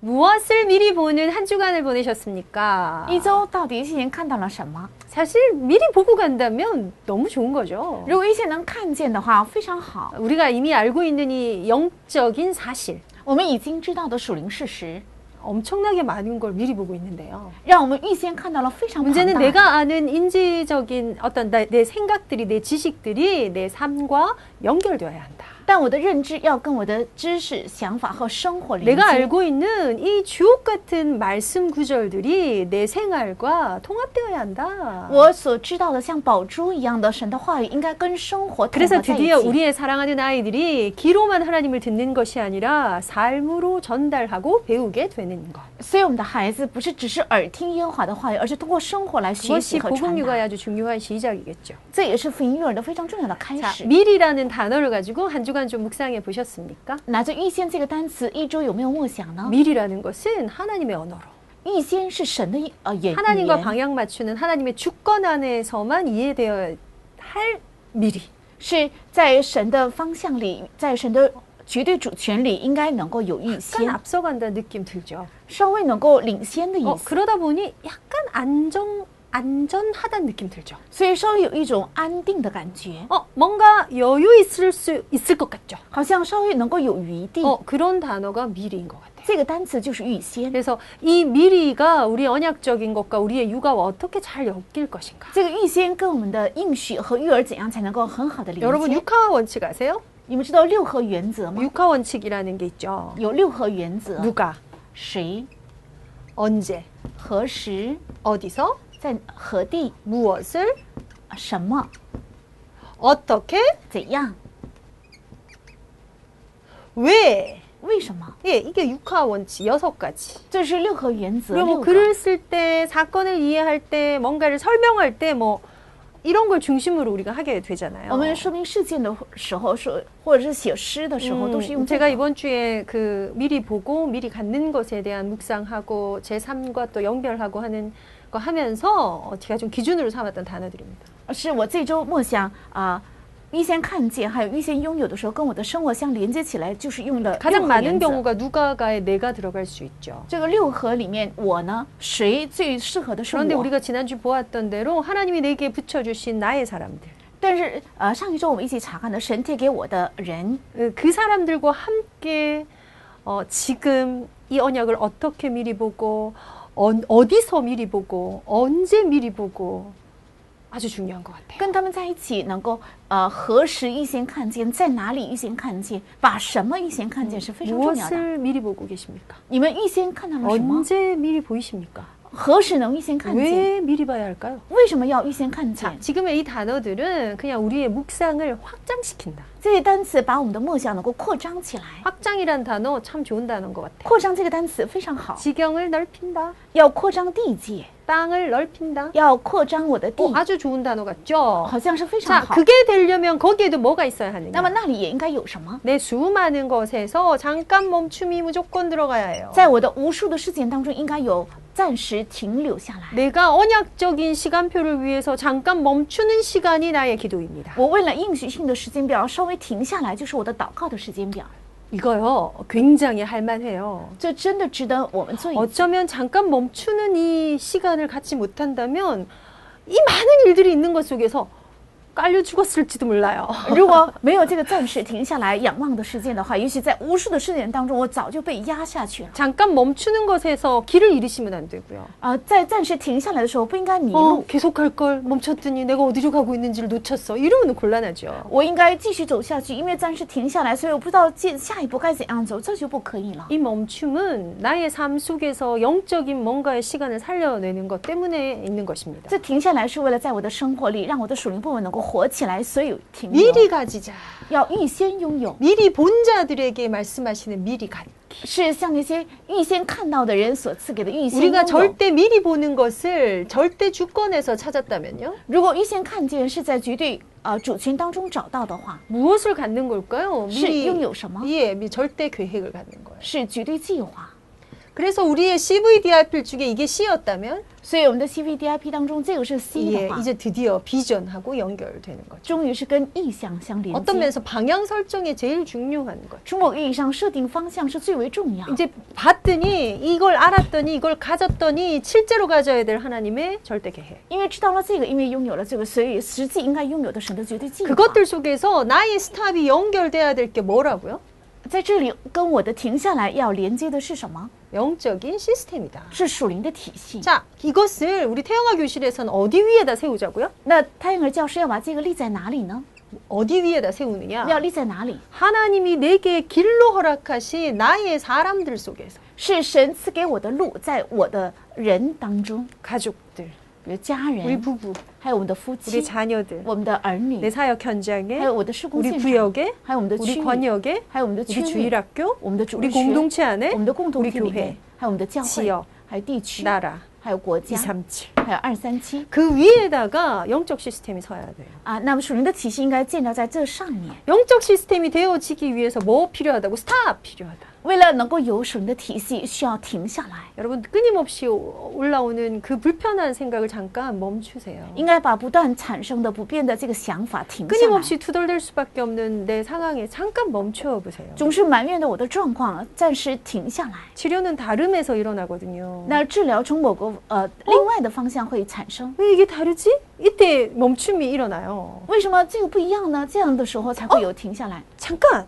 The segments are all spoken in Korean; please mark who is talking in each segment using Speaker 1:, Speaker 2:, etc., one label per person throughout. Speaker 1: 뭘 미리 보는 한 주간을 보내셨습니까?
Speaker 2: 一周到底一些人看到了什么？
Speaker 1: 사실 미리 보고 간다면 너무 좋은 거죠.
Speaker 2: 如果一些能看见的话，非常好。
Speaker 1: 우리가 이미 알고 있는 이 영적인 사실
Speaker 2: 我们已经知道的属灵事实，
Speaker 1: 엄청나게 많은 걸 미리 보고 있는데요.
Speaker 2: 让我们预先看到了非常庞
Speaker 1: 문제는
Speaker 2: 大。
Speaker 1: 내가 아는 인지적인 어떤 나- 내 생각들이 내 지식들이 내 삶과 연결되어야 한다.
Speaker 2: 但我的认知要跟我的知识、想法和生活连
Speaker 1: 내가
Speaker 2: 接。
Speaker 1: 알고 있는 이 주옥 같은 말씀 구절들이 내 생활과 통합되어야 한다.
Speaker 2: 我所知道的像宝珠一样的神的话语，应该跟生活统
Speaker 1: 그래서
Speaker 2: 合在一
Speaker 1: 드디어
Speaker 2: 起。
Speaker 1: 우리의 사랑하는 아이들이 귀로만 하나님을 듣는 것이 아니라 삶으로 전달하고 배우게 되는 것.
Speaker 2: 所以我们的孩子不是只是耳听耶和华的话语，而是通过生活来学
Speaker 1: 그것이
Speaker 2: 习和
Speaker 1: 복음
Speaker 2: 传
Speaker 1: 육아의
Speaker 2: 达。
Speaker 1: 아주 중요한 시작이겠죠.
Speaker 2: 这也是福音育儿的非常重要的开
Speaker 1: 자,
Speaker 2: 始。
Speaker 1: 미리라는 단어를 가지고 한 주간 좀 묵상해 보셨습니까?
Speaker 2: 拿着“预先”这个单词，一周有没有默想呢？
Speaker 1: 미리라는 것은 하나님의 언어로
Speaker 2: 预先是神的一呃言语
Speaker 1: 하나님과
Speaker 2: 言，
Speaker 1: 방향 맞추는 하나님의 주권 안에서만 이해되어야 할 미리.
Speaker 2: 是在神的方向里，在神的绝对主权里，应该能够有预
Speaker 1: 약간
Speaker 2: 先，
Speaker 1: 앞서간다는 느낌 들죠.
Speaker 2: 稍微能够领先的意
Speaker 1: 어,
Speaker 2: 思，
Speaker 1: 그러다 보니 약간 안정 안전하다는 느낌 들죠.
Speaker 2: 所以稍微有一种安定的感觉，
Speaker 1: 어, 뭔가 여유 있을 수 있을 것 같죠.
Speaker 2: 好像稍微能够有余地。
Speaker 1: 어, 그런 단어가 미리인 것 같아요.
Speaker 2: 这个单词就是预先，
Speaker 1: 그래서 이 미리가 우리 언약적인 것과 우리의 육아와 어떻게 잘 엮일 것인가.
Speaker 2: 这个预先跟我们的应许和育儿怎样才能够很好的连
Speaker 1: 여러분
Speaker 2: 接？
Speaker 1: 육하 원칙 아세요?
Speaker 2: 你们知道六合原则吗？
Speaker 1: 육하 원칙이라는 게 있죠.
Speaker 2: 有六合原则，
Speaker 1: 누가
Speaker 2: 谁、
Speaker 1: 언제
Speaker 2: 何时、
Speaker 1: 어디서
Speaker 2: 在何地、
Speaker 1: 무엇을
Speaker 2: 什么、
Speaker 1: 어떻게
Speaker 2: 怎样、
Speaker 1: 왜
Speaker 2: 为什么，
Speaker 1: 예, 이게 육하 원칙 여섯 가지.
Speaker 2: 这是六合原则。
Speaker 1: 그리고
Speaker 2: 六
Speaker 1: 뭐
Speaker 2: 个
Speaker 1: 글을 쓸 때 사건을 이해할 때 뭔가를 설명할 때 뭐 이런 걸 중심으로 우리가 하게 되잖아요.
Speaker 2: 我们说明事件的时候说，或者是写诗的时候，都
Speaker 1: 음,
Speaker 2: 是用嗯这
Speaker 1: 제가
Speaker 2: 个。
Speaker 1: 이번 주에 그 미리 보고 미리 갖는 것에 대한 묵상하고 제 삶과 또 연결하고 하는 거 하면서 어, 제가 좀 기준으로 삼았던 단어들입니다.
Speaker 2: 是我这周默想啊、预先看见还有预先拥有的时候，跟我的生活相连接起来，就是用了
Speaker 1: 가장
Speaker 2: 六合
Speaker 1: 많은
Speaker 2: 原则。
Speaker 1: 경우가 누가가에 내가 들어갈 수 있죠.
Speaker 2: 这个六合里面，我呢，谁最适合的是
Speaker 1: 그런데
Speaker 2: 我？
Speaker 1: 우리가 지난주 보았던 대로 하나님이 내게 붙여주신 나의 사람들
Speaker 2: 但是呃，上一周我们一起查看的神贴给我的人，
Speaker 1: 어, 그 사람들과 함께 어, 지금 이 언약을 어떻게 미리 보고 언- 어디서 미리 보고 언제 미리 보고 아주 중요한 것 같아요.
Speaker 2: 跟他们在一起能够呃何时预先看见，在哪里预先看见，把什么预先看见
Speaker 1: 그
Speaker 2: 是非常重要的。
Speaker 1: 무엇을 미리 보고 계십니까?
Speaker 2: 你们预先看到了什么？
Speaker 1: 언제 미리 보이십니까?
Speaker 2: 何时能预先看见？
Speaker 1: 왜 미리 봐야 할까요? 네.
Speaker 2: 为什么要预先看见？
Speaker 1: 지금의 이 단어들은 그냥 우리의 묵상을 확장시킨다.
Speaker 2: 这些单词把我们的梦想能够扩张起来。
Speaker 1: 확장이란 단어 참 좋은 단어인 것 같아요.
Speaker 2: 扩张这个单词非常好，
Speaker 1: 지경을 넓힌다.
Speaker 2: 要扩张地界，
Speaker 1: 땅을 넓힌다. 아,
Speaker 2: 要扩张我的地
Speaker 1: 어, ， 아주 좋은 단어 같죠?
Speaker 2: 好像是非常
Speaker 1: 자,
Speaker 2: 好。
Speaker 1: 그게 되려면 거기에도 뭐가 있어야
Speaker 2: 那
Speaker 1: 하느냐?
Speaker 2: 么那里也应该有什么？
Speaker 1: 내 수많은 것에서 잠깐 멈춤이 무조건 들어가야 해요.
Speaker 2: 在我的无数的事件当中，应该有暂时停留下来。
Speaker 1: 내가 언약적인 시간표를 위해서 잠깐 멈추는 시간이 나의 기도입니다.
Speaker 2: 我为了应许性的时间表稍微停下来，就是我的祷告的时间表。
Speaker 1: 이거요 굉장히 할만해요.
Speaker 2: 这真的值得我们做一。
Speaker 1: 어쩌면 잠깐 멈추는 이 시간을 갖지 못한다면 이 많은 일들이 있는 것 속에서 깔려 죽었을지도 몰라요.
Speaker 2: 如果没有这个暂时停下来仰望的事件的话，也许在无数的事件当中，我早就被压下去了。
Speaker 1: 잠깐 멈추는 것에서 길을 잃으시면 안 되고요.
Speaker 2: 啊、在暂时停下来的时候，不应该迷路
Speaker 1: 어, 。 계속 할 걸 멈췄더니 내가 어디로 가고 있는지를 놓쳤어. 이러면 곤란하죠.
Speaker 2: 我应该继续走下去，因为暂时停下来，所以我不知道接下一步该怎样走，这就不可以了。
Speaker 1: 이 멈춤은 나의 삶 속에서 영적인 뭔가의 시간을 살려내는 것 때문에 있는 것입니다.
Speaker 2: 这停下来是为了在我的生活里，让我的属灵部分能够活起来，所以停留
Speaker 1: 미리 가지자.
Speaker 2: 要预先拥有，
Speaker 1: 미리 본 자들에게 말씀하시는 미리 갖기.
Speaker 2: 是像那些预先看到的人所赐给的预先
Speaker 1: 우리가
Speaker 2: 拥有。
Speaker 1: 절대 미리 보는 것을 절대 주권에서 찾았다면요?
Speaker 2: 如果预先看见是在绝对呃主权当中找到的话，
Speaker 1: 무엇을 갖는 걸까요?
Speaker 2: 是
Speaker 1: 미리
Speaker 2: 拥有什么？
Speaker 1: 예, 미 절대 계획을 갖는 거예요.
Speaker 2: 是绝对计划。
Speaker 1: 그래서 우리의 CVDIP 중에 이게 C였다면
Speaker 2: 所以我们的 CVDIP 当中，这个是 C 的
Speaker 1: 예,
Speaker 2: 话，
Speaker 1: 이제 드디어 비전하고 연결되는 거죠.
Speaker 2: 终于是跟意向相连
Speaker 1: 어떤
Speaker 2: 接。
Speaker 1: 면에서 방향 설정이 제일 중요한 거죠.
Speaker 2: 从某意义上，设定方向是最为重要。
Speaker 1: 이제 봤더니 이걸 알았더니 이걸 가졌더니 실제로 가져야 될 하나님의 절대 계획.
Speaker 2: 因为知道了这个，因为拥有了这个，所以实际应该拥有的神的绝对计划。
Speaker 1: 그것들 속에서 나의 스탑이 연결돼야 될 게 뭐라고요?
Speaker 2: 在这里跟我的停下来要连接的是什么？
Speaker 1: 영적인 시스템이다.
Speaker 2: 是属灵的体系。
Speaker 1: 자, 이것을 우리 태영아 교실에서는 어디 위에다 세우자고요?
Speaker 2: 那胎儿教师要把这个立在哪里呢？
Speaker 1: 어디 위에다 세우느냐?
Speaker 2: 要立在哪里？
Speaker 1: 하나님이 내게 길로 허락하신 나의 사람들 속에서
Speaker 2: 是神赐给我的路，在我的人当中，
Speaker 1: 가족들,
Speaker 2: 比如家
Speaker 1: 우리
Speaker 2: 人，
Speaker 1: 부부,
Speaker 2: 还有我们的夫
Speaker 1: 우리
Speaker 2: 妻，
Speaker 1: 자녀들,
Speaker 2: 我们的儿
Speaker 1: 내
Speaker 2: 女，
Speaker 1: 사역 현장에,
Speaker 2: 还有我的施工
Speaker 1: 우리
Speaker 2: 现场，
Speaker 1: 구역에,
Speaker 2: 还有我们的
Speaker 1: 우리
Speaker 2: 区域，
Speaker 1: 권역에,
Speaker 2: 还有我们的区
Speaker 1: 우리
Speaker 2: 域，
Speaker 1: 주일학교,
Speaker 2: 我们的主
Speaker 1: 우리
Speaker 2: 日学，
Speaker 1: 공동체 안에
Speaker 2: 我们的共同
Speaker 1: 우리
Speaker 2: 体里
Speaker 1: 교회,
Speaker 2: 面，还有我们的教
Speaker 1: 지역
Speaker 2: 会，还有地区，
Speaker 1: 나라,
Speaker 2: 还有国
Speaker 1: 2,
Speaker 2: 家，
Speaker 1: 3, 7.
Speaker 2: 还有二三七
Speaker 1: 그 위에다가 영적 시스템이 서야 돼요.
Speaker 2: 啊。那么属灵的体系应该建立在这上面。
Speaker 1: 영적 시스템이 되어지기 위해서 뭐 필요하다고? 스탑 필요하다.
Speaker 2: 为了能够有属灵的体系，需要停下来，
Speaker 1: 여러분 끊임없이 오- 올라오는 그 불편한 생각을 잠깐 멈추세요.
Speaker 2: 应该把不断产生的不变的这个想法停下来。
Speaker 1: 끊임없이 투덜댈 수밖에 없는 내 상황에 잠깐 멈춰 보세요.
Speaker 2: 总是埋怨的我的状况，暂时停下来。
Speaker 1: 치료는 다름에서 일어나거든요.
Speaker 2: 那治疗从某个呃另外的方向会产生。
Speaker 1: 왜 이게 다르지? 이때 멈춤이 일어나요.
Speaker 2: 为什么这个不一样呢？这样的时候才会有停下来。
Speaker 1: 잠깐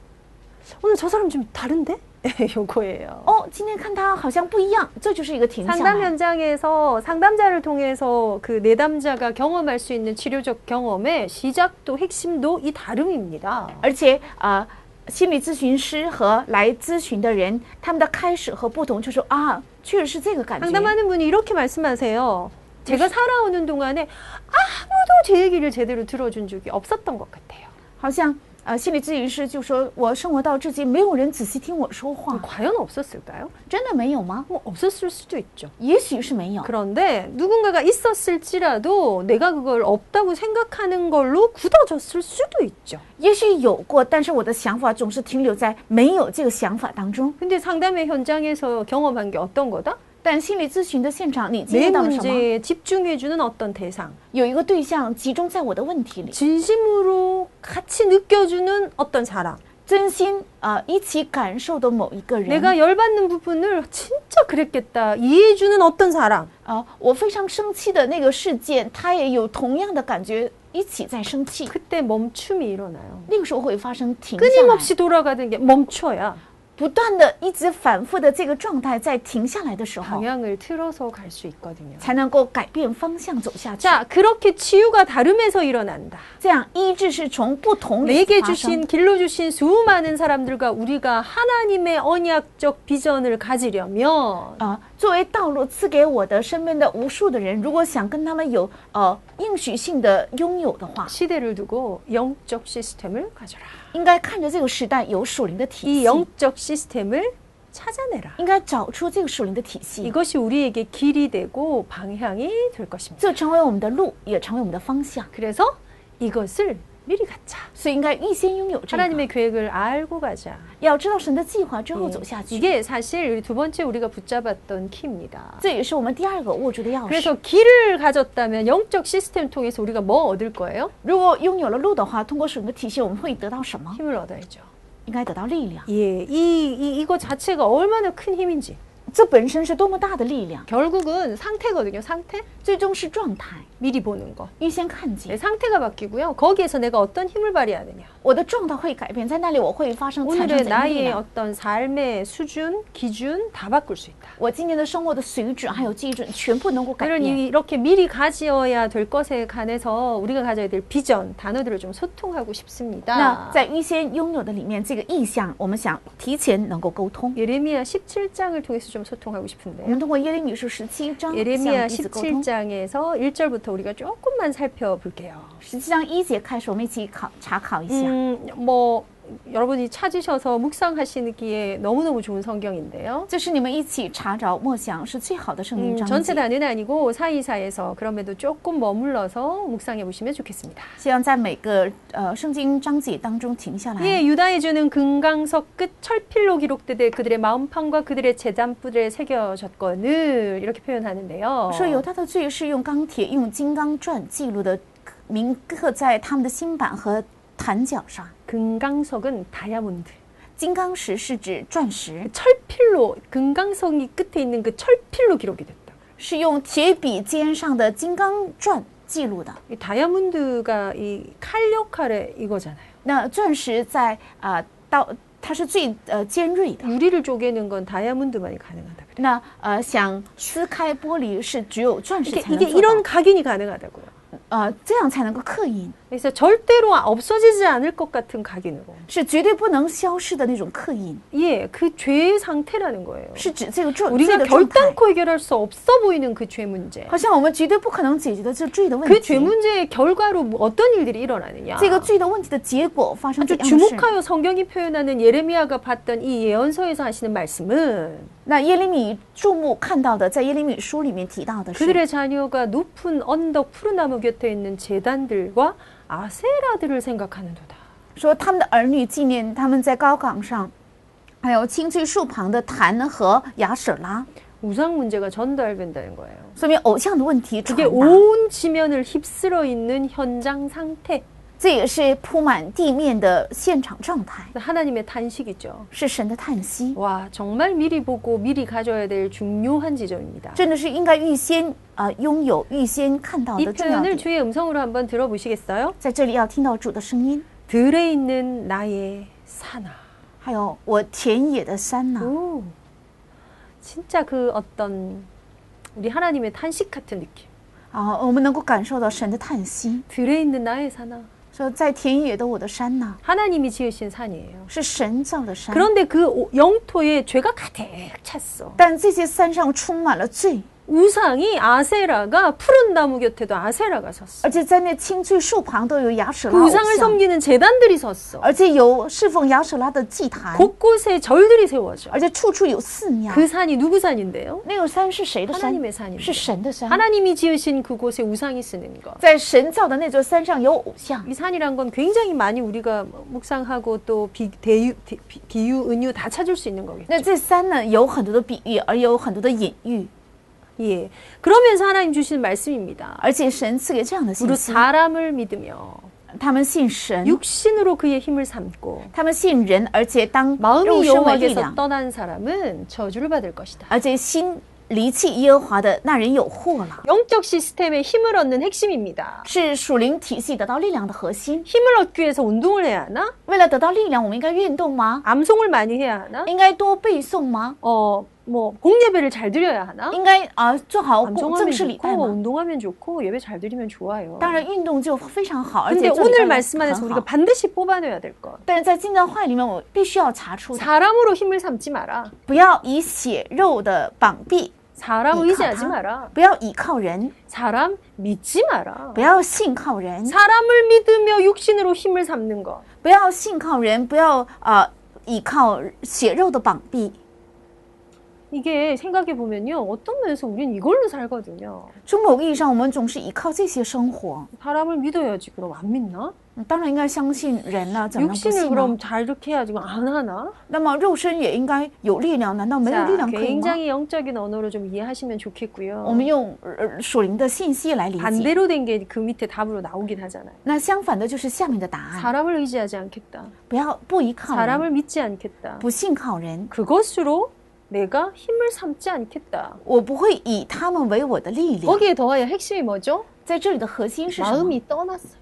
Speaker 1: 오늘 저 사람 좀 다른데? 요거예요.
Speaker 2: 哦，今天看他好像不一样，这就是一个停下
Speaker 1: 상담
Speaker 2: 来。
Speaker 1: 현장에서 상담자를 통해서 그 내담자가 경험할 수 있는 치료적 경험의 시작도 핵심도 이 다름입니다.
Speaker 2: 而且啊、呃心理咨询师和来咨询的人，他们的开始和不同，就是啊，确实是这个感觉。
Speaker 1: 상담하는 분이 이렇게 말씀하세요. 제가 살아오는 동안에 아무도 제 얘기를 제대로 들어준 적이 없었던 것 같아요.
Speaker 2: 好像呃，心理咨询师就说，我生活到至今，没有人仔细听我说话，
Speaker 1: 과연 없었을까요?
Speaker 2: 真的没有吗？
Speaker 1: 뭐 없었을 수도 있죠.
Speaker 2: 也许是没有。
Speaker 1: 그런데 누군가가 있었을지라도 내가 그걸 없다고 생각하는 걸로 굳어졌을 수도 있죠.
Speaker 2: 也许有过，但是我的想法总是停留在没有这个想法当中。
Speaker 1: 근데 상담의 현장에서 경험한 게 어떤 거다?
Speaker 2: 但心理咨询的现场，你经
Speaker 1: 내
Speaker 2: 历到了什么？
Speaker 1: 문제에 집중해주는 어떤 대상,
Speaker 2: 有一个对象集中在我的问题里，
Speaker 1: 진심으로 같이 느껴주는 어떤 사람,
Speaker 2: 真心啊、呃一起感受的某一个人。
Speaker 1: 내가 열받는 부분을 진짜 그랬겠다 이해해주는 어떤 사람,
Speaker 2: 啊、我非常生气的那个事件，他也有同样的感觉，一起在生气。
Speaker 1: 그때 멈춤이 일어나요.
Speaker 2: 那个时候会发生停下来，
Speaker 1: 끊임없이 돌아가는 게 멈춰야
Speaker 2: 不断的一直反复的这个状态，在停下来的时候，
Speaker 1: 방향을 틀어서 갈 수 있거든요.
Speaker 2: 才能够改变方向走下去。
Speaker 1: 자, 그렇게 치유가 다름에서 일어난다.
Speaker 2: 这样医治是从不同里
Speaker 1: 내게
Speaker 2: 发生
Speaker 1: 주신 길로 주신 수많은 사람들과 우리가 하나님의 언약적 비전을 가지려면
Speaker 2: 啊、作为道路赐给我的身边的无数的人，如果想跟他们有呃应许性的拥有的话，
Speaker 1: 시대를 두고 영적 시스템을 가져라.
Speaker 2: 应该看着这个时代有属灵的体
Speaker 1: 이
Speaker 2: 系，
Speaker 1: 영적 시스템을 찾아내라.
Speaker 2: 应该找出这个属灵的体系，
Speaker 1: 이것이 우리에게 길이 되고 방향이 될 것입니다.
Speaker 2: 这成为我们的路，也成为我们的方向。
Speaker 1: 그래서 이것을 미리 갖자.
Speaker 2: 所以应该预先拥有这个，
Speaker 1: 하나님의 계획을 알고 가자.
Speaker 2: 要知道神的计划之
Speaker 1: 嗯
Speaker 2: 后走下去。
Speaker 1: 이게 사실 두 번째 우리가 붙잡았던 키입니다.
Speaker 2: 这也是我们第二个握住的钥匙。
Speaker 1: 그래서 길을 가졌다면 영적 시스템 통해서 우리가 뭐 얻을 거예요?
Speaker 2: 如果拥有了路的话，通过属灵的体系，我们会得到什么？
Speaker 1: 힘을 얻어야죠.
Speaker 2: 应该得到力量。
Speaker 1: 예, 이, 이 이거 자체가 얼마나 큰 힘인지.
Speaker 2: 这本身是多么大的力量！
Speaker 1: 결국은 상태거든요. 상태
Speaker 2: 最终是状态，
Speaker 1: 미리 보는 거.
Speaker 2: 预先看见
Speaker 1: 내 상태가 바뀌고요. 거기에서 내가 어떤 힘을 발휘하느냐.
Speaker 2: 我的状态会改变，在那里我会发生产生
Speaker 1: 오늘의
Speaker 2: 怎样的力
Speaker 1: 나의
Speaker 2: 量？
Speaker 1: 어떤 삶의 수준, 기준 다 바꿀 수 있다.
Speaker 2: 我今年的生活的水准还有基准全部能够改
Speaker 1: 그러니까 이런
Speaker 2: 变。
Speaker 1: 이렇게 미리 가지어야 될 것에 관해서 우리가 가져야 될 비전 단어들을 좀 소통하고
Speaker 2: 那
Speaker 1: 싶습니다.
Speaker 2: 在预先拥有的里面，这个意向，我们想提前能够沟通。
Speaker 1: 예레미야 17장을 통해서 좀 소통하고
Speaker 2: 我
Speaker 1: 싶은데요.
Speaker 2: 们通过耶利米书啊十七
Speaker 1: 아,
Speaker 2: 章向
Speaker 1: 예레미야
Speaker 2: 彼此沟通。
Speaker 1: 17장에서 1절부터 우리가 조금만 살펴볼게요.
Speaker 2: 嗯十七章一节开始，我们一起考查考一下。
Speaker 1: 음, 뭐 여러분이 찾으셔서 묵상하시기에 너무너무 좋은 성경인데요.
Speaker 2: 这是你们一起查找默想是最嗯好的圣
Speaker 1: 음,
Speaker 2: 灵章
Speaker 1: 전체
Speaker 2: 节。
Speaker 1: 단위는 아니고 사이사이에서 그럼에도 조금 머물러서 묵상해 보시면 좋겠습니다.
Speaker 2: 希望在每个呃圣经章节当中停下来。
Speaker 1: 예, 유다의 주는 금강석 끝 철필로 기록되되 그들의 마음판과 그들의 재단부들에 새겨졌거늘 이렇게 표현하는데요.
Speaker 2: 说犹大的罪是用钢铁、用金刚钻记录的，铭刻在他们的心板和坛角上。
Speaker 1: 금강석은 다이아몬드. 그
Speaker 2: 金刚石是指钻石，
Speaker 1: 철필로 금강석이 끝에 있는 그 철필로 기록이 됐다.
Speaker 2: 是用铁笔尖上的金刚钻记录的。
Speaker 1: 이 다이아몬드가 이 칼 역할의 이거잖아요.
Speaker 2: 那钻石在啊、呃到它是最呃尖锐的。
Speaker 1: 유리를 쪼개는 건 다이아몬드만이 가능하다. 그래요.
Speaker 2: 那呃想撕开玻璃是只有钻石
Speaker 1: 이게,
Speaker 2: 才能
Speaker 1: 이게
Speaker 2: 做
Speaker 1: 이런
Speaker 2: 到，
Speaker 1: 각인이 가능하다고요.
Speaker 2: 呃这样才能够刻印，
Speaker 1: 그래서 절대로 없어지지 않을 것 같은 각인으로.
Speaker 2: 是绝对不能消失的那种刻印，
Speaker 1: 예, 그 죄의 상태라는 거예요.
Speaker 2: 是指这个状这
Speaker 1: 우리가
Speaker 2: 个状态。
Speaker 1: 결단코 해결할 수 없어 보이는 그 죄 문제.
Speaker 2: 好像我们绝对不可能解决的这罪的问
Speaker 1: 그 죄
Speaker 2: 题。
Speaker 1: 문제의 결과로 뭐 어떤 일들이 일어나느냐.
Speaker 2: 这个罪的问题的结果发生
Speaker 1: 아주 네.
Speaker 2: 怎样的事？
Speaker 1: 주목하여 성경이 표현하는 예레미야가 봤던 이 예언서에서 하시는 말씀은
Speaker 2: 那耶利米注目看到的，在耶利米书里面提到的是，
Speaker 1: 그들의 자녀가 높은 언덕 푸른 나무 곁에 있는 재단들과 아세라들을 생각하는도다.
Speaker 2: 说他们的儿女纪念他们在高岗上，还有青翠树旁的坛和雅舍拉，
Speaker 1: 우상 문제가 전달된다는 거예요.
Speaker 2: 说明偶像的问题
Speaker 1: 그게
Speaker 2: 传达。
Speaker 1: 온 지면을 휩쓸어 있는 현장 상태.
Speaker 2: 这也是铺满地面的现场状态，
Speaker 1: 하나님의 탄식이죠.
Speaker 2: 是神的叹息，
Speaker 1: 와 정말 미리 보고 미리 가져야 될 중요한 지점입니다.
Speaker 2: 真的是应该预先啊、呃拥有、预先看到
Speaker 1: 이
Speaker 2: 的重要
Speaker 1: 표현을
Speaker 2: 点。
Speaker 1: 주의 음성으로 한번 들어보시겠어요?
Speaker 2: 在这里要听到主的声音，
Speaker 1: 들에 있는 나의 사나.
Speaker 2: 还有我田野的山呐、
Speaker 1: 오, 진짜 그 어떤 우리 하나님의 탄식 같은 느낌.
Speaker 2: 啊，我们能够感受到神的叹息，
Speaker 1: 들에 있는 나의 사나.
Speaker 2: 说在田野的我的山呐、
Speaker 1: 하나님이 지으신 산이에요.
Speaker 2: 是神造的山，
Speaker 1: 그런데 그 오- 영토에 죄가 가득 찼어.
Speaker 2: 但这些山上充满了罪，
Speaker 1: 우상이 아세라가 푸른 나무 곁에도 아세라가 섰어.
Speaker 2: 而且在那青翠树旁都有亚舍拉
Speaker 1: 그
Speaker 2: 偶
Speaker 1: 우상을
Speaker 2: 像，
Speaker 1: 섬기는 재단들이 섰어.
Speaker 2: 而且有侍奉亚舍拉的祭坛，
Speaker 1: 곳곳에 절들이 세워져.
Speaker 2: 而且处处有寺庙。
Speaker 1: 그 산이 누구 산인데요?
Speaker 2: 那个山是谁的山？
Speaker 1: 하나님의 산입니다.
Speaker 2: 是神的山。
Speaker 1: 하나님이 지으신 그곳에 우상이 쓰는 것.
Speaker 2: 在神造的那座山上有偶像，
Speaker 1: 이 산이란 건 굉장히 많이 우리가 묵상하고 또 비, 대유, 비, 비- 비유, 은유 다 찾을 수 있는 거겠죠.
Speaker 2: 那这山呢有很多的比喻，而有很多的隐喻，
Speaker 1: 예. 그러면서 하나님 주신 말씀입니다.
Speaker 2: 而且神赐给这样的信
Speaker 1: 무릇
Speaker 2: 息，
Speaker 1: 사람을 믿으며
Speaker 2: 他们信
Speaker 1: 음.
Speaker 2: 神，
Speaker 1: 육신으로 그의 힘을 삼고
Speaker 2: 他们信人，而且当肉
Speaker 1: 마음이
Speaker 2: 身为力量
Speaker 1: 여호와께서 。 떠난 사람은 저주를 받을 것이다.
Speaker 2: 而且心离弃耶和华的那人有祸了，
Speaker 1: 영적 시스템의 힘을 얻는 핵심입니다.
Speaker 2: 是属灵体系得到力量的核心。
Speaker 1: 힘을 얻기 위해서 운동을 해야 하나?
Speaker 2: 为了得到力量，我们应该运动吗？
Speaker 1: 암송을 많이 해야 하나?
Speaker 2: 应该多背诵吗？
Speaker 1: 어, 뭐 공예배를 잘 드려야 하나?
Speaker 2: 应该啊、做好供
Speaker 1: 암송하면
Speaker 2: 正式礼拜
Speaker 1: 좋고
Speaker 2: 吗？
Speaker 1: 운동하면 좋고 예배 잘 드리면 좋아요.
Speaker 2: 当然，运动就非常好，而
Speaker 1: 근데
Speaker 2: 且做礼
Speaker 1: 오늘
Speaker 2: 拜也
Speaker 1: 말씀 안에서
Speaker 2: 很
Speaker 1: 우리가
Speaker 2: 好。
Speaker 1: 반드시 뽑아내야 될 것.
Speaker 2: 但是在金的话里面，我必须要查出它，
Speaker 1: 사람으로 힘을 삼지 마라.
Speaker 2: 不要以血肉的绑臂，
Speaker 1: 사람
Speaker 2: 이
Speaker 1: 의지하지
Speaker 2: 가다.
Speaker 1: 마라.
Speaker 2: 不要倚靠人，
Speaker 1: 사람 믿지 마라.
Speaker 2: 不要信靠人，
Speaker 1: 사람을 믿으며 육신으로 힘을 삼는 것.
Speaker 2: 不要信靠人，不要啊、倚靠血肉的绑臂。
Speaker 1: 이게 생각해 보면요. 어떤 면에서 우리는 이걸로 살거든요.
Speaker 2: 从某个意义上，我们总是依靠这些生活。
Speaker 1: 사람을 믿어야지 그럼 안 믿나?
Speaker 2: 嗯当然应该相信人了、怎么能不
Speaker 1: 육신을
Speaker 2: 信呢
Speaker 1: 그럼 잘 이렇게 해야지 그럼 안 하나?
Speaker 2: 那么肉身也应该有力量，难道没有
Speaker 1: 자,
Speaker 2: 力量可以吗？
Speaker 1: 굉장히 영적인 언어로 좀 이해하시면
Speaker 2: 我
Speaker 1: 좋겠고요.
Speaker 2: 们用呃属灵的信息来理解。
Speaker 1: 반대로 된 게 그 밑에 답으로 나오긴 하잖아요.
Speaker 2: 那相反的就是下面的答案：
Speaker 1: 사람을 의지하지 않겠다.
Speaker 2: 不要不依靠人，
Speaker 1: 사람을 믿지 않겠다.
Speaker 2: 不信靠人，
Speaker 1: 그것으로 내가 힘을 삼지 않겠다.
Speaker 2: 我不会以他们为我的力量。
Speaker 1: 거기에 더하여 핵심이 뭐죠?
Speaker 2: 在这里的核心是什么？
Speaker 1: 마음이 떠났어요.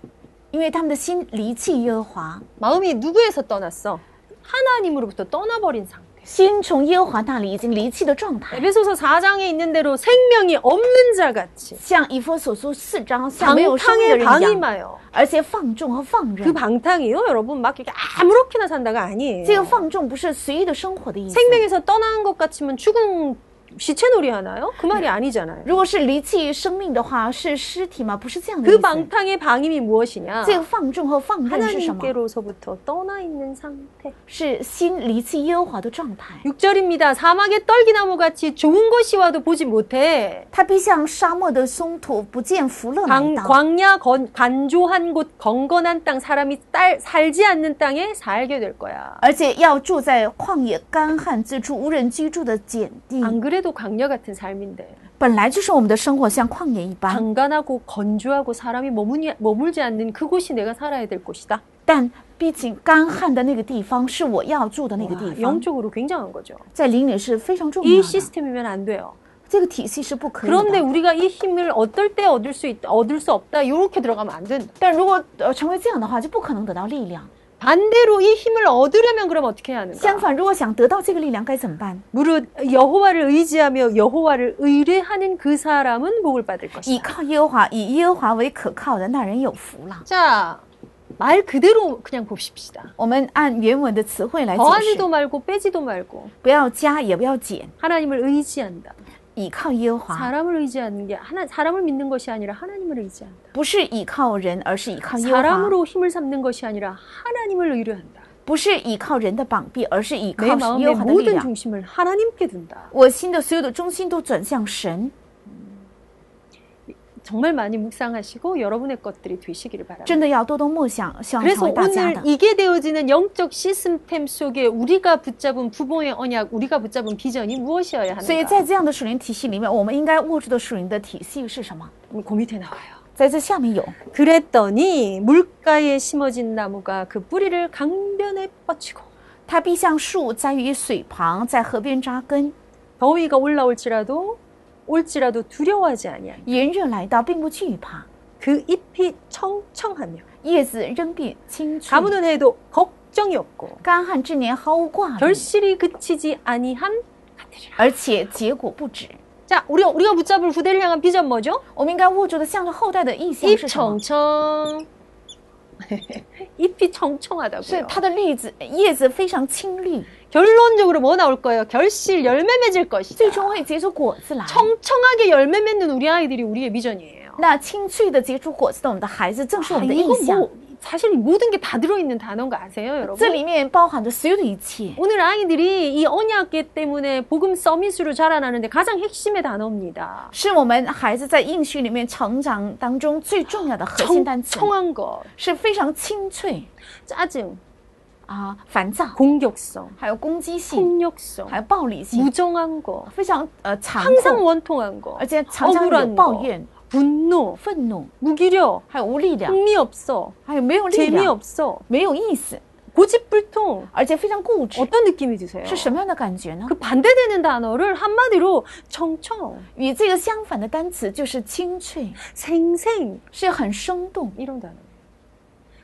Speaker 2: 因为他们的心离弃耶和华，
Speaker 1: 마음이 누구에서 떠났어? 하나님으로부터 떠나버린 상태.
Speaker 2: 心从耶和华那里已经离弃的状态，
Speaker 1: 아, 에베소서 4장에 있는 대로 생명이 없는 자 같이
Speaker 2: 像以佛所书四章像没有生命的
Speaker 1: 방탕에
Speaker 2: 人一样，
Speaker 1: 방임하여
Speaker 2: 而且放纵和放
Speaker 1: 그
Speaker 2: 任。
Speaker 1: 방탕이요 여러분 막 이렇게 아무렇게나 산다가
Speaker 2: 这个
Speaker 1: 아니에요.
Speaker 2: 放纵不是随意的生活的意思。
Speaker 1: 생명에서 떠난 것 같으면 죽은 시체놀이 하나요? 그 말이 아니잖아요.
Speaker 2: 如果是离弃生命的话，是尸体吗？不是这样的
Speaker 1: 그
Speaker 2: 意思。
Speaker 1: 방탕의 방임이 무엇이냐?
Speaker 2: 这个放纵和放任是什么？
Speaker 1: 하나님께로서부터 떠나 있는 상태.
Speaker 2: 是心离弃耶和华的状态。
Speaker 1: 6절입니다. 사막의 떨기나무 같이 좋은 것이 와도 보지 못해.
Speaker 2: 他必像沙漠的松土，不见福乐来
Speaker 1: 광,
Speaker 2: 到。
Speaker 1: 광야 건, 간조한 곳 건건한 땅 사람이 딸, 살지 않는 땅에 살게 될 거야.
Speaker 2: 而且要住在旷野干旱之处，无人居住的碱地。
Speaker 1: 안 그래도 광야 같은 삶인데
Speaker 2: 本来就是我们的生活像旷野一
Speaker 1: 아.
Speaker 2: 般，
Speaker 1: 강간하고 건조하고 사람이 머무니, 머물지 않는 그곳이 내가 살아야 될 곳이다.
Speaker 2: 但毕竟干旱的那个地方是我要住的那个
Speaker 1: 와,
Speaker 2: 地方，
Speaker 1: 아, 영적으로 굉장한 거죠.
Speaker 2: 在灵里是非常重
Speaker 1: 이
Speaker 2: 要的。
Speaker 1: 시스템이면 안 돼요.
Speaker 2: 这个体系是不可以
Speaker 1: 그런데
Speaker 2: 的。
Speaker 1: 우리가 이 힘을 얻을 때 얻을 수 있, 얻을 수 없다. 이렇게 들어가면 안 된다.
Speaker 2: 但如果呃成为这样的话，就不可能得到力量。
Speaker 1: 반대로 이 힘을 얻으려면 그럼 어떻게 해야 하는가?
Speaker 2: 相反，如果想得到这个力量，该怎么办？
Speaker 1: 무릇 여호와를 의지하며 여호와를 의뢰하는 그 사람은 복을 받을
Speaker 2: 倚
Speaker 1: 것이다.
Speaker 2: 靠耶和华，以耶和华为可靠的那人有福了。
Speaker 1: 자, 말 그대로 그냥 봅시다.
Speaker 2: 我们按原文的词汇来解释
Speaker 1: 더하지도 ， 말고 빼지도 말고
Speaker 2: 不要加也不要减，
Speaker 1: 하나님을 의지한다.
Speaker 2: 倚靠耶和华，
Speaker 1: 사람을 의지하는 게 하나 사람을 믿는 것이 아니라 하나님을 의지한다.
Speaker 2: 不是倚靠人，而是倚靠耶和华；
Speaker 1: 사람으로 힘을 삼는 것이 아니라 하나님을 의뢰한다.
Speaker 2: 不是倚靠人的膀臂，而是倚靠
Speaker 1: 내
Speaker 2: 耶
Speaker 1: 마음의
Speaker 2: 和华的力
Speaker 1: 모든
Speaker 2: 量。
Speaker 1: 중심을 하나님께 둔다.
Speaker 2: 我心的所有的中心都转向神。
Speaker 1: 정말 많이 묵상하시고 여러분의 것들이 되시기를 바랍니다.
Speaker 2: 真的要多多默想，希望
Speaker 1: 그래서
Speaker 2: 成为大家
Speaker 1: 오늘
Speaker 2: 的。
Speaker 1: 이게 되어지는 영적 시스템 속에 우리가 붙잡은 부모의 언약, 우리가 붙잡은 비전이 무엇이어야
Speaker 2: 所以在
Speaker 1: 하는가?
Speaker 2: 这样的属灵体系里面，我们应该握住的属灵的体系是什么？
Speaker 1: 그 밑에 나와요.
Speaker 2: 在这下面有，
Speaker 1: 그랬더니 물가에 심어진 나무가 그 뿌리를 강변에 뻗치고
Speaker 2: 它必像树栽于水旁，在河边扎根，
Speaker 1: 더위가 올라올지라도 올지라도 두려워하지 아니하니
Speaker 2: 炎热来到并不惧怕，
Speaker 1: 그 잎이 청청하며
Speaker 2: 叶子仍必青翠，
Speaker 1: 가무는 해도 걱정이 없고
Speaker 2: 干旱之年毫无挂虑，
Speaker 1: 결실이 그치지 아니함 같으리라.
Speaker 2: 而且结果不止。
Speaker 1: 자 우리 우리가 붙잡을 후대를 향한 비전 뭐죠?
Speaker 2: 我们应该握住的向着后代的意向
Speaker 1: 잎
Speaker 2: 是什么？
Speaker 1: 청청 잎이
Speaker 2: 是
Speaker 1: 청청하다고요.
Speaker 2: 它的绿子叶子非常青绿，
Speaker 1: 결론적으로 뭐 나올 거예요? 결실 열매 맺을 것이다.
Speaker 2: 最终会结出果子来。
Speaker 1: 청청하게 열매 맺는 우리 아이들이 우리의 미전이에요.
Speaker 2: 那清脆的结出果子的我们的孩子，正是我
Speaker 1: 아,
Speaker 2: 们的意
Speaker 1: 이거
Speaker 2: 向。
Speaker 1: 뭐 사실 모든 게 다 들어있는 단어인 거 아세요,
Speaker 2: 这
Speaker 1: 여러분?
Speaker 2: 里面包含着所有的一切。
Speaker 1: 오늘 아이들이 이 언약계 때문에 복음 서밋으로 자라나는데 가장 핵심의 단어입니다.
Speaker 2: 是我们孩子在应许里面成长当中最重要的核心单词，
Speaker 1: 청청한 것,
Speaker 2: 是非常清脆
Speaker 1: 짜증,
Speaker 2: 啊、烦躁，
Speaker 1: 공격성,
Speaker 2: 还有攻击性，
Speaker 1: 폭력성,
Speaker 2: 还有暴力性，
Speaker 1: 무정한 것,
Speaker 2: 非常呃残
Speaker 1: 항상
Speaker 2: 酷，
Speaker 1: 원통한 것,
Speaker 2: 而且常常有抱怨、
Speaker 1: 분노,
Speaker 2: 愤怒，
Speaker 1: 무기력,
Speaker 2: 还有无力量，
Speaker 1: 흥미 없어,
Speaker 2: 还有嗯没有力
Speaker 1: 재미
Speaker 2: 量，
Speaker 1: 없어,
Speaker 2: 没有意思，
Speaker 1: 고집불통.
Speaker 2: 而且非常固执，
Speaker 1: 어떤 느낌이 드세요?
Speaker 2: 是什么样的感觉呢？
Speaker 1: 그 반대되는 단어를 한마디로 청청,
Speaker 2: 与这个相反的单词就是清脆，
Speaker 1: 생생
Speaker 2: 是很生动。
Speaker 1: 이런 단어.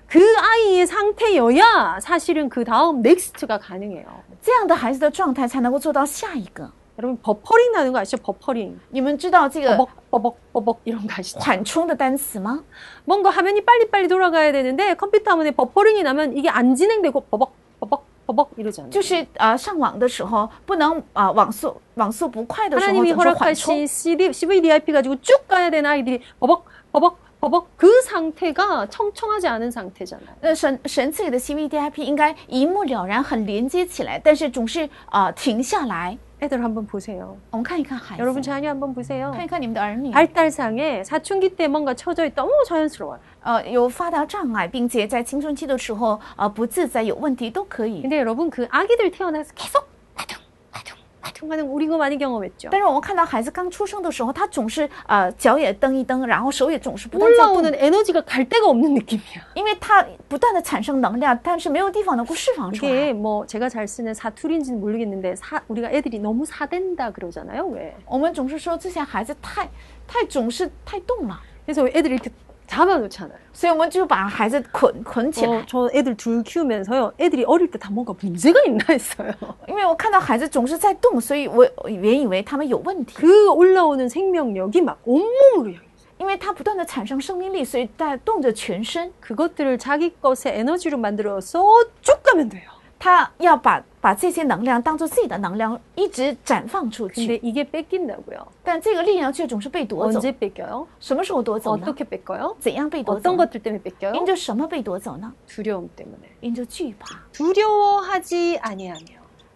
Speaker 1: 그 아이의 상태여야 사실은 그 다음 넥스트가 가능해요.
Speaker 2: 这样的孩子的状态才能够做到下一个。
Speaker 1: 여러분 버퍼링 나는 거 아시죠? 버퍼링.
Speaker 2: 你们知道这个
Speaker 1: 버벅 버벅 버벅 이런 거 아시죠?
Speaker 2: 缓冲的单词吗？
Speaker 1: 뭔가 화면이 빨리빨리 돌아가야 되는데 컴퓨터 화면에 버퍼링이 나면 이게 안 진행되고 버벅 버벅 버벅 이러잖아요.
Speaker 2: 就是啊、呃上网的时候不能啊、呃网速网速不快的时候
Speaker 1: 하나님이
Speaker 2: 怎么说缓冲？
Speaker 1: 허락하신 CD, CVDIP 가지고 쭉 가야 되는 아이들이 버벅 버벅 버벅 그 상태가 청청하지 않은 상태잖아요.
Speaker 2: 那神神赐给的 CVDIP 应该一目了然，很连接起来，但是总是啊、呃停下来。
Speaker 1: 애들 한번 보세요.
Speaker 2: 我们看一看孩
Speaker 1: 여러분
Speaker 2: 子，
Speaker 1: 자녀 한번 보세요.
Speaker 2: 看一看你们的儿女，
Speaker 1: 발달상에 사춘기 때 뭔가 처져 있다. 너무 자연스러워요.
Speaker 2: 呃，有发达障碍，并且在青春期的时候啊、呃不自在、有问题都可以。
Speaker 1: 근데 여러분 그 아기들 태어나서 계속 아둥 아둥 아둥 하는 우리가 많이 경험했죠.
Speaker 2: 但是我们看到孩子刚出生的时候，他总是呃脚也蹬一蹬，然后手也总是不啊断在动，
Speaker 1: 올라오는 에너지가 갈 데가 없는 느낌이야.
Speaker 2: 因为他不断的产生能量，但是没有地方能够释放出来。
Speaker 1: 이게 뭐 제가 잘 쓰는 사투리인지는 모르겠는데 사- 우리가 애들이 너무 사댄다 그러잖아요. 왜?
Speaker 2: 我们总是说这些孩子太太总是太动了，
Speaker 1: 그래서 애들 이렇게 잡아놓잖아요.
Speaker 2: 所以我们就把孩子捆捆起来。
Speaker 1: 어, 저 애들 둘 키우면서요. 애들이 어릴 때 다 뭔가 문제가 있나 했어요.
Speaker 2: 因为我看到孩子总是在动，所以我我原以为他们有问题，
Speaker 1: 그 올라오는 생명력이 막 온몸으로 요
Speaker 2: 因为他不断的产生生命力，所以在动着全身。
Speaker 1: 그것들을 자기 것의 에너지로 만들어서 쭉 가면 돼요.
Speaker 2: 他要把把这些能量当做自己的能量一直绽放出
Speaker 1: 근데
Speaker 2: 去，
Speaker 1: 이게 뺏긴다고요.
Speaker 2: 但这个力量却总是被夺走。
Speaker 1: 언제 뺏겨요?
Speaker 2: 什么时候夺走呢？
Speaker 1: 어떻게 뺏겨요?
Speaker 2: 怎样被夺走
Speaker 1: 어떤
Speaker 2: 呢？
Speaker 1: 것들 때문에
Speaker 2: 因
Speaker 1: 뺏겨요?
Speaker 2: 着什么被夺走呢？
Speaker 1: 두려움 때문에.
Speaker 2: 因着惧怕，
Speaker 1: 두려워하지 아니하며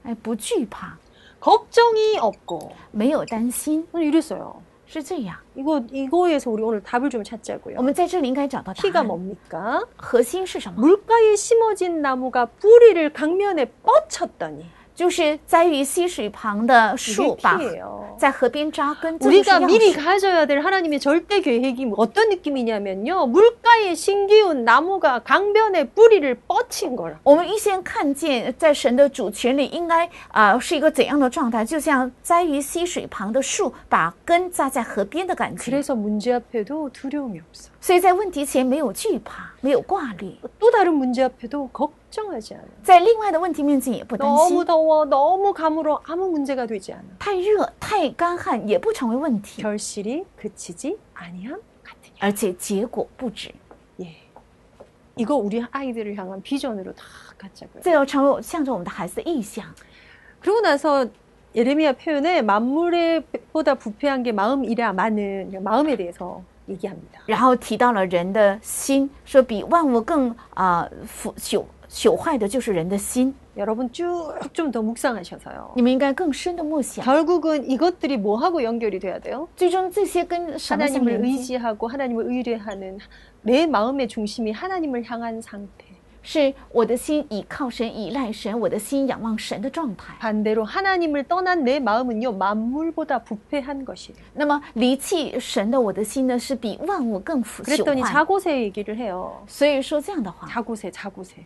Speaker 2: 哎，不惧怕，
Speaker 1: 걱정이 없고
Speaker 2: 没有担心，
Speaker 1: 오늘 이랬어요.
Speaker 2: 是这样。
Speaker 1: 이거 이거에서 우리 오늘 답을 좀 찾자고요.
Speaker 2: 我们在这里应该找到答
Speaker 1: 키가
Speaker 2: 案。
Speaker 1: 뭡니까?
Speaker 2: 核心是什么？
Speaker 1: 물가에 심어진 나무가 뿌리를 강면에 뻗쳤더니
Speaker 2: 就是栽于溪水旁的
Speaker 1: 이게
Speaker 2: 树把
Speaker 1: 키예요.
Speaker 2: 在河边扎根，这就是
Speaker 1: 우리가
Speaker 2: 钥
Speaker 1: 미리
Speaker 2: 匙。
Speaker 1: 가져야 될 하나님의 절대 계획이 뭐 어떤 느낌이냐면요. 물가에 신기운 나무가 강변에 뿌리를 뻗친 거라.
Speaker 2: 我们预先看见，在神的主权里，应该啊、呃是一个怎样的状态？就像栽于溪水旁的树，把根扎在河边的感觉。
Speaker 1: 그래서 문제 앞에도 두려움이 없어.
Speaker 2: 所以在问题前没有惧怕，没有挂虑，
Speaker 1: 또 다른 문제 앞에도 걱정하지 않아.
Speaker 2: 在另外的问题面前也不担
Speaker 1: 너무
Speaker 2: 心，
Speaker 1: 더워, 너무 가물어 아무 문제가 되지 않아.
Speaker 2: 太热、太干旱也不成为问题，
Speaker 1: 결실이 그치지 아니함 같으니.
Speaker 2: 而且结果不止。
Speaker 1: 예. 이거 우리 아이들을 향한 비전으로 다 갖자고요.
Speaker 2: 这要成为我向着我们的孩子的意向。
Speaker 1: 그러고 나서 예레미야 표현에 만물에 보다 부패한 게 마음이라 많은 마음에 대해서 얘기합니다.
Speaker 2: 然后提到了人的心，说比万物更啊腐朽朽坏的就是人的心。
Speaker 1: 여러분 쭉 좀 더 묵상하셔서요.
Speaker 2: 你们应该更深的默
Speaker 1: 예.
Speaker 2: 想，
Speaker 1: 결국은 이것들이 뭐하고 연결이 돼야 돼요?
Speaker 2: 最终这些跟什么相
Speaker 1: 하나님을
Speaker 2: 连接？
Speaker 1: 의지하고 하나님을 의뢰하는 내 마음의 중심이 하나님을 향한 상태.
Speaker 2: 是我的心倚靠神、依赖神，我的心仰望神的状态。
Speaker 1: 반대로 하나님을 떠난 내 마음은요 만물보다 부패한 것이에요.
Speaker 2: 那么离弃神的我的心呢，是比万物更腐
Speaker 1: 그랬더니
Speaker 2: 朽坏。
Speaker 1: 자고새 얘기를 해요.
Speaker 2: 所以说这样的话，
Speaker 1: 자고새, 자고새.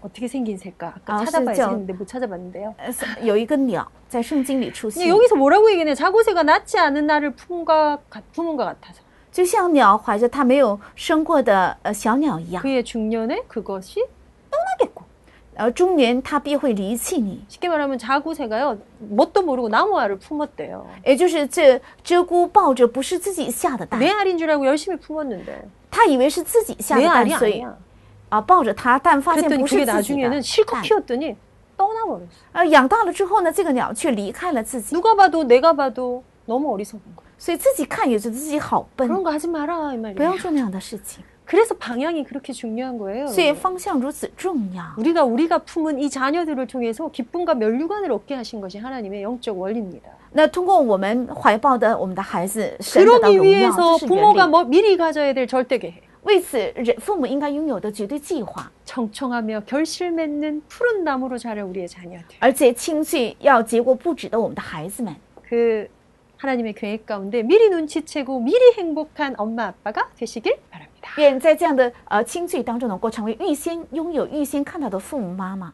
Speaker 1: 어떻게 생긴 새까? 음. 아까
Speaker 2: 아,
Speaker 1: 찾아봐야지
Speaker 2: 진짜.
Speaker 1: 했는데 못 찾아봤는데요.
Speaker 2: 呃，有一个鸟在圣经里出
Speaker 1: 근데
Speaker 2: 现，
Speaker 1: 여기서 뭐라고 얘기하냐? 자고새가 낳지 않은 나를 품과 같- 품은 것 같아서
Speaker 2: 就像鸟怀着它没有生过的呃小鸟一样，
Speaker 1: 그의 중년에 그것이
Speaker 2: 而中年它必会离弃你。
Speaker 1: 쉽게 말하면 자고새가요 뭣도 모르고 나무 알을 품었대요.
Speaker 2: 也就是这鹧鸪抱着不是自己下的蛋
Speaker 1: 내， 알인 줄 알고 열심히 품었는데
Speaker 2: 它以为是自己下的
Speaker 1: 내
Speaker 2: 蛋
Speaker 1: 알이 ， 아,
Speaker 2: 所以
Speaker 1: 아니야.
Speaker 2: 啊抱着它，但发现
Speaker 1: 그랬더니
Speaker 2: 不是
Speaker 1: 그게
Speaker 2: 自己的
Speaker 1: 나중에는 실컷
Speaker 2: 蛋。
Speaker 1: 키웠더니 떠나버렸어.
Speaker 2: 呃，养大了之后呢，这个鸟却离开了自己，
Speaker 1: 누가 봐도 내가 봐도 너무 어리석은 거야.
Speaker 2: 所以自己看也觉得自己好笨，
Speaker 1: 그런 거 하지 마라 이
Speaker 2: 不要
Speaker 1: 말이에요.
Speaker 2: 做那样的事情。
Speaker 1: 그래서 방향이 그렇게 중요한 거예요.
Speaker 2: 所以
Speaker 1: 여러분.
Speaker 2: 方向如此重要，
Speaker 1: 우리가 우리가 품은 이 자녀들을 통해서 기쁨과 멸류관을 얻게 하신 것이 하나님의 영적 원리입니다.
Speaker 2: 那通过我们怀抱的我们的孩子，神得到
Speaker 1: 그러기
Speaker 2: 荣耀，
Speaker 1: 위해서
Speaker 2: 这是原
Speaker 1: 부모가
Speaker 2: 理。
Speaker 1: 뭐 미리 가져야 될 절대 계획.
Speaker 2: 为此，人父母应该拥有的绝对计划，
Speaker 1: 청청하며 결실 맺는 푸른 나무로 자랄 우리의 자녀들.
Speaker 2: 而且亲戚要结果不止的我们的孩子们，
Speaker 1: 그 하나님의 계획 가운데 미리 눈치채고 미리 행복한 엄마 아빠가 되시길 바랍니다.
Speaker 2: 愿在这样的呃亲戚当中能够成为预先拥有、预先看到的父母妈妈。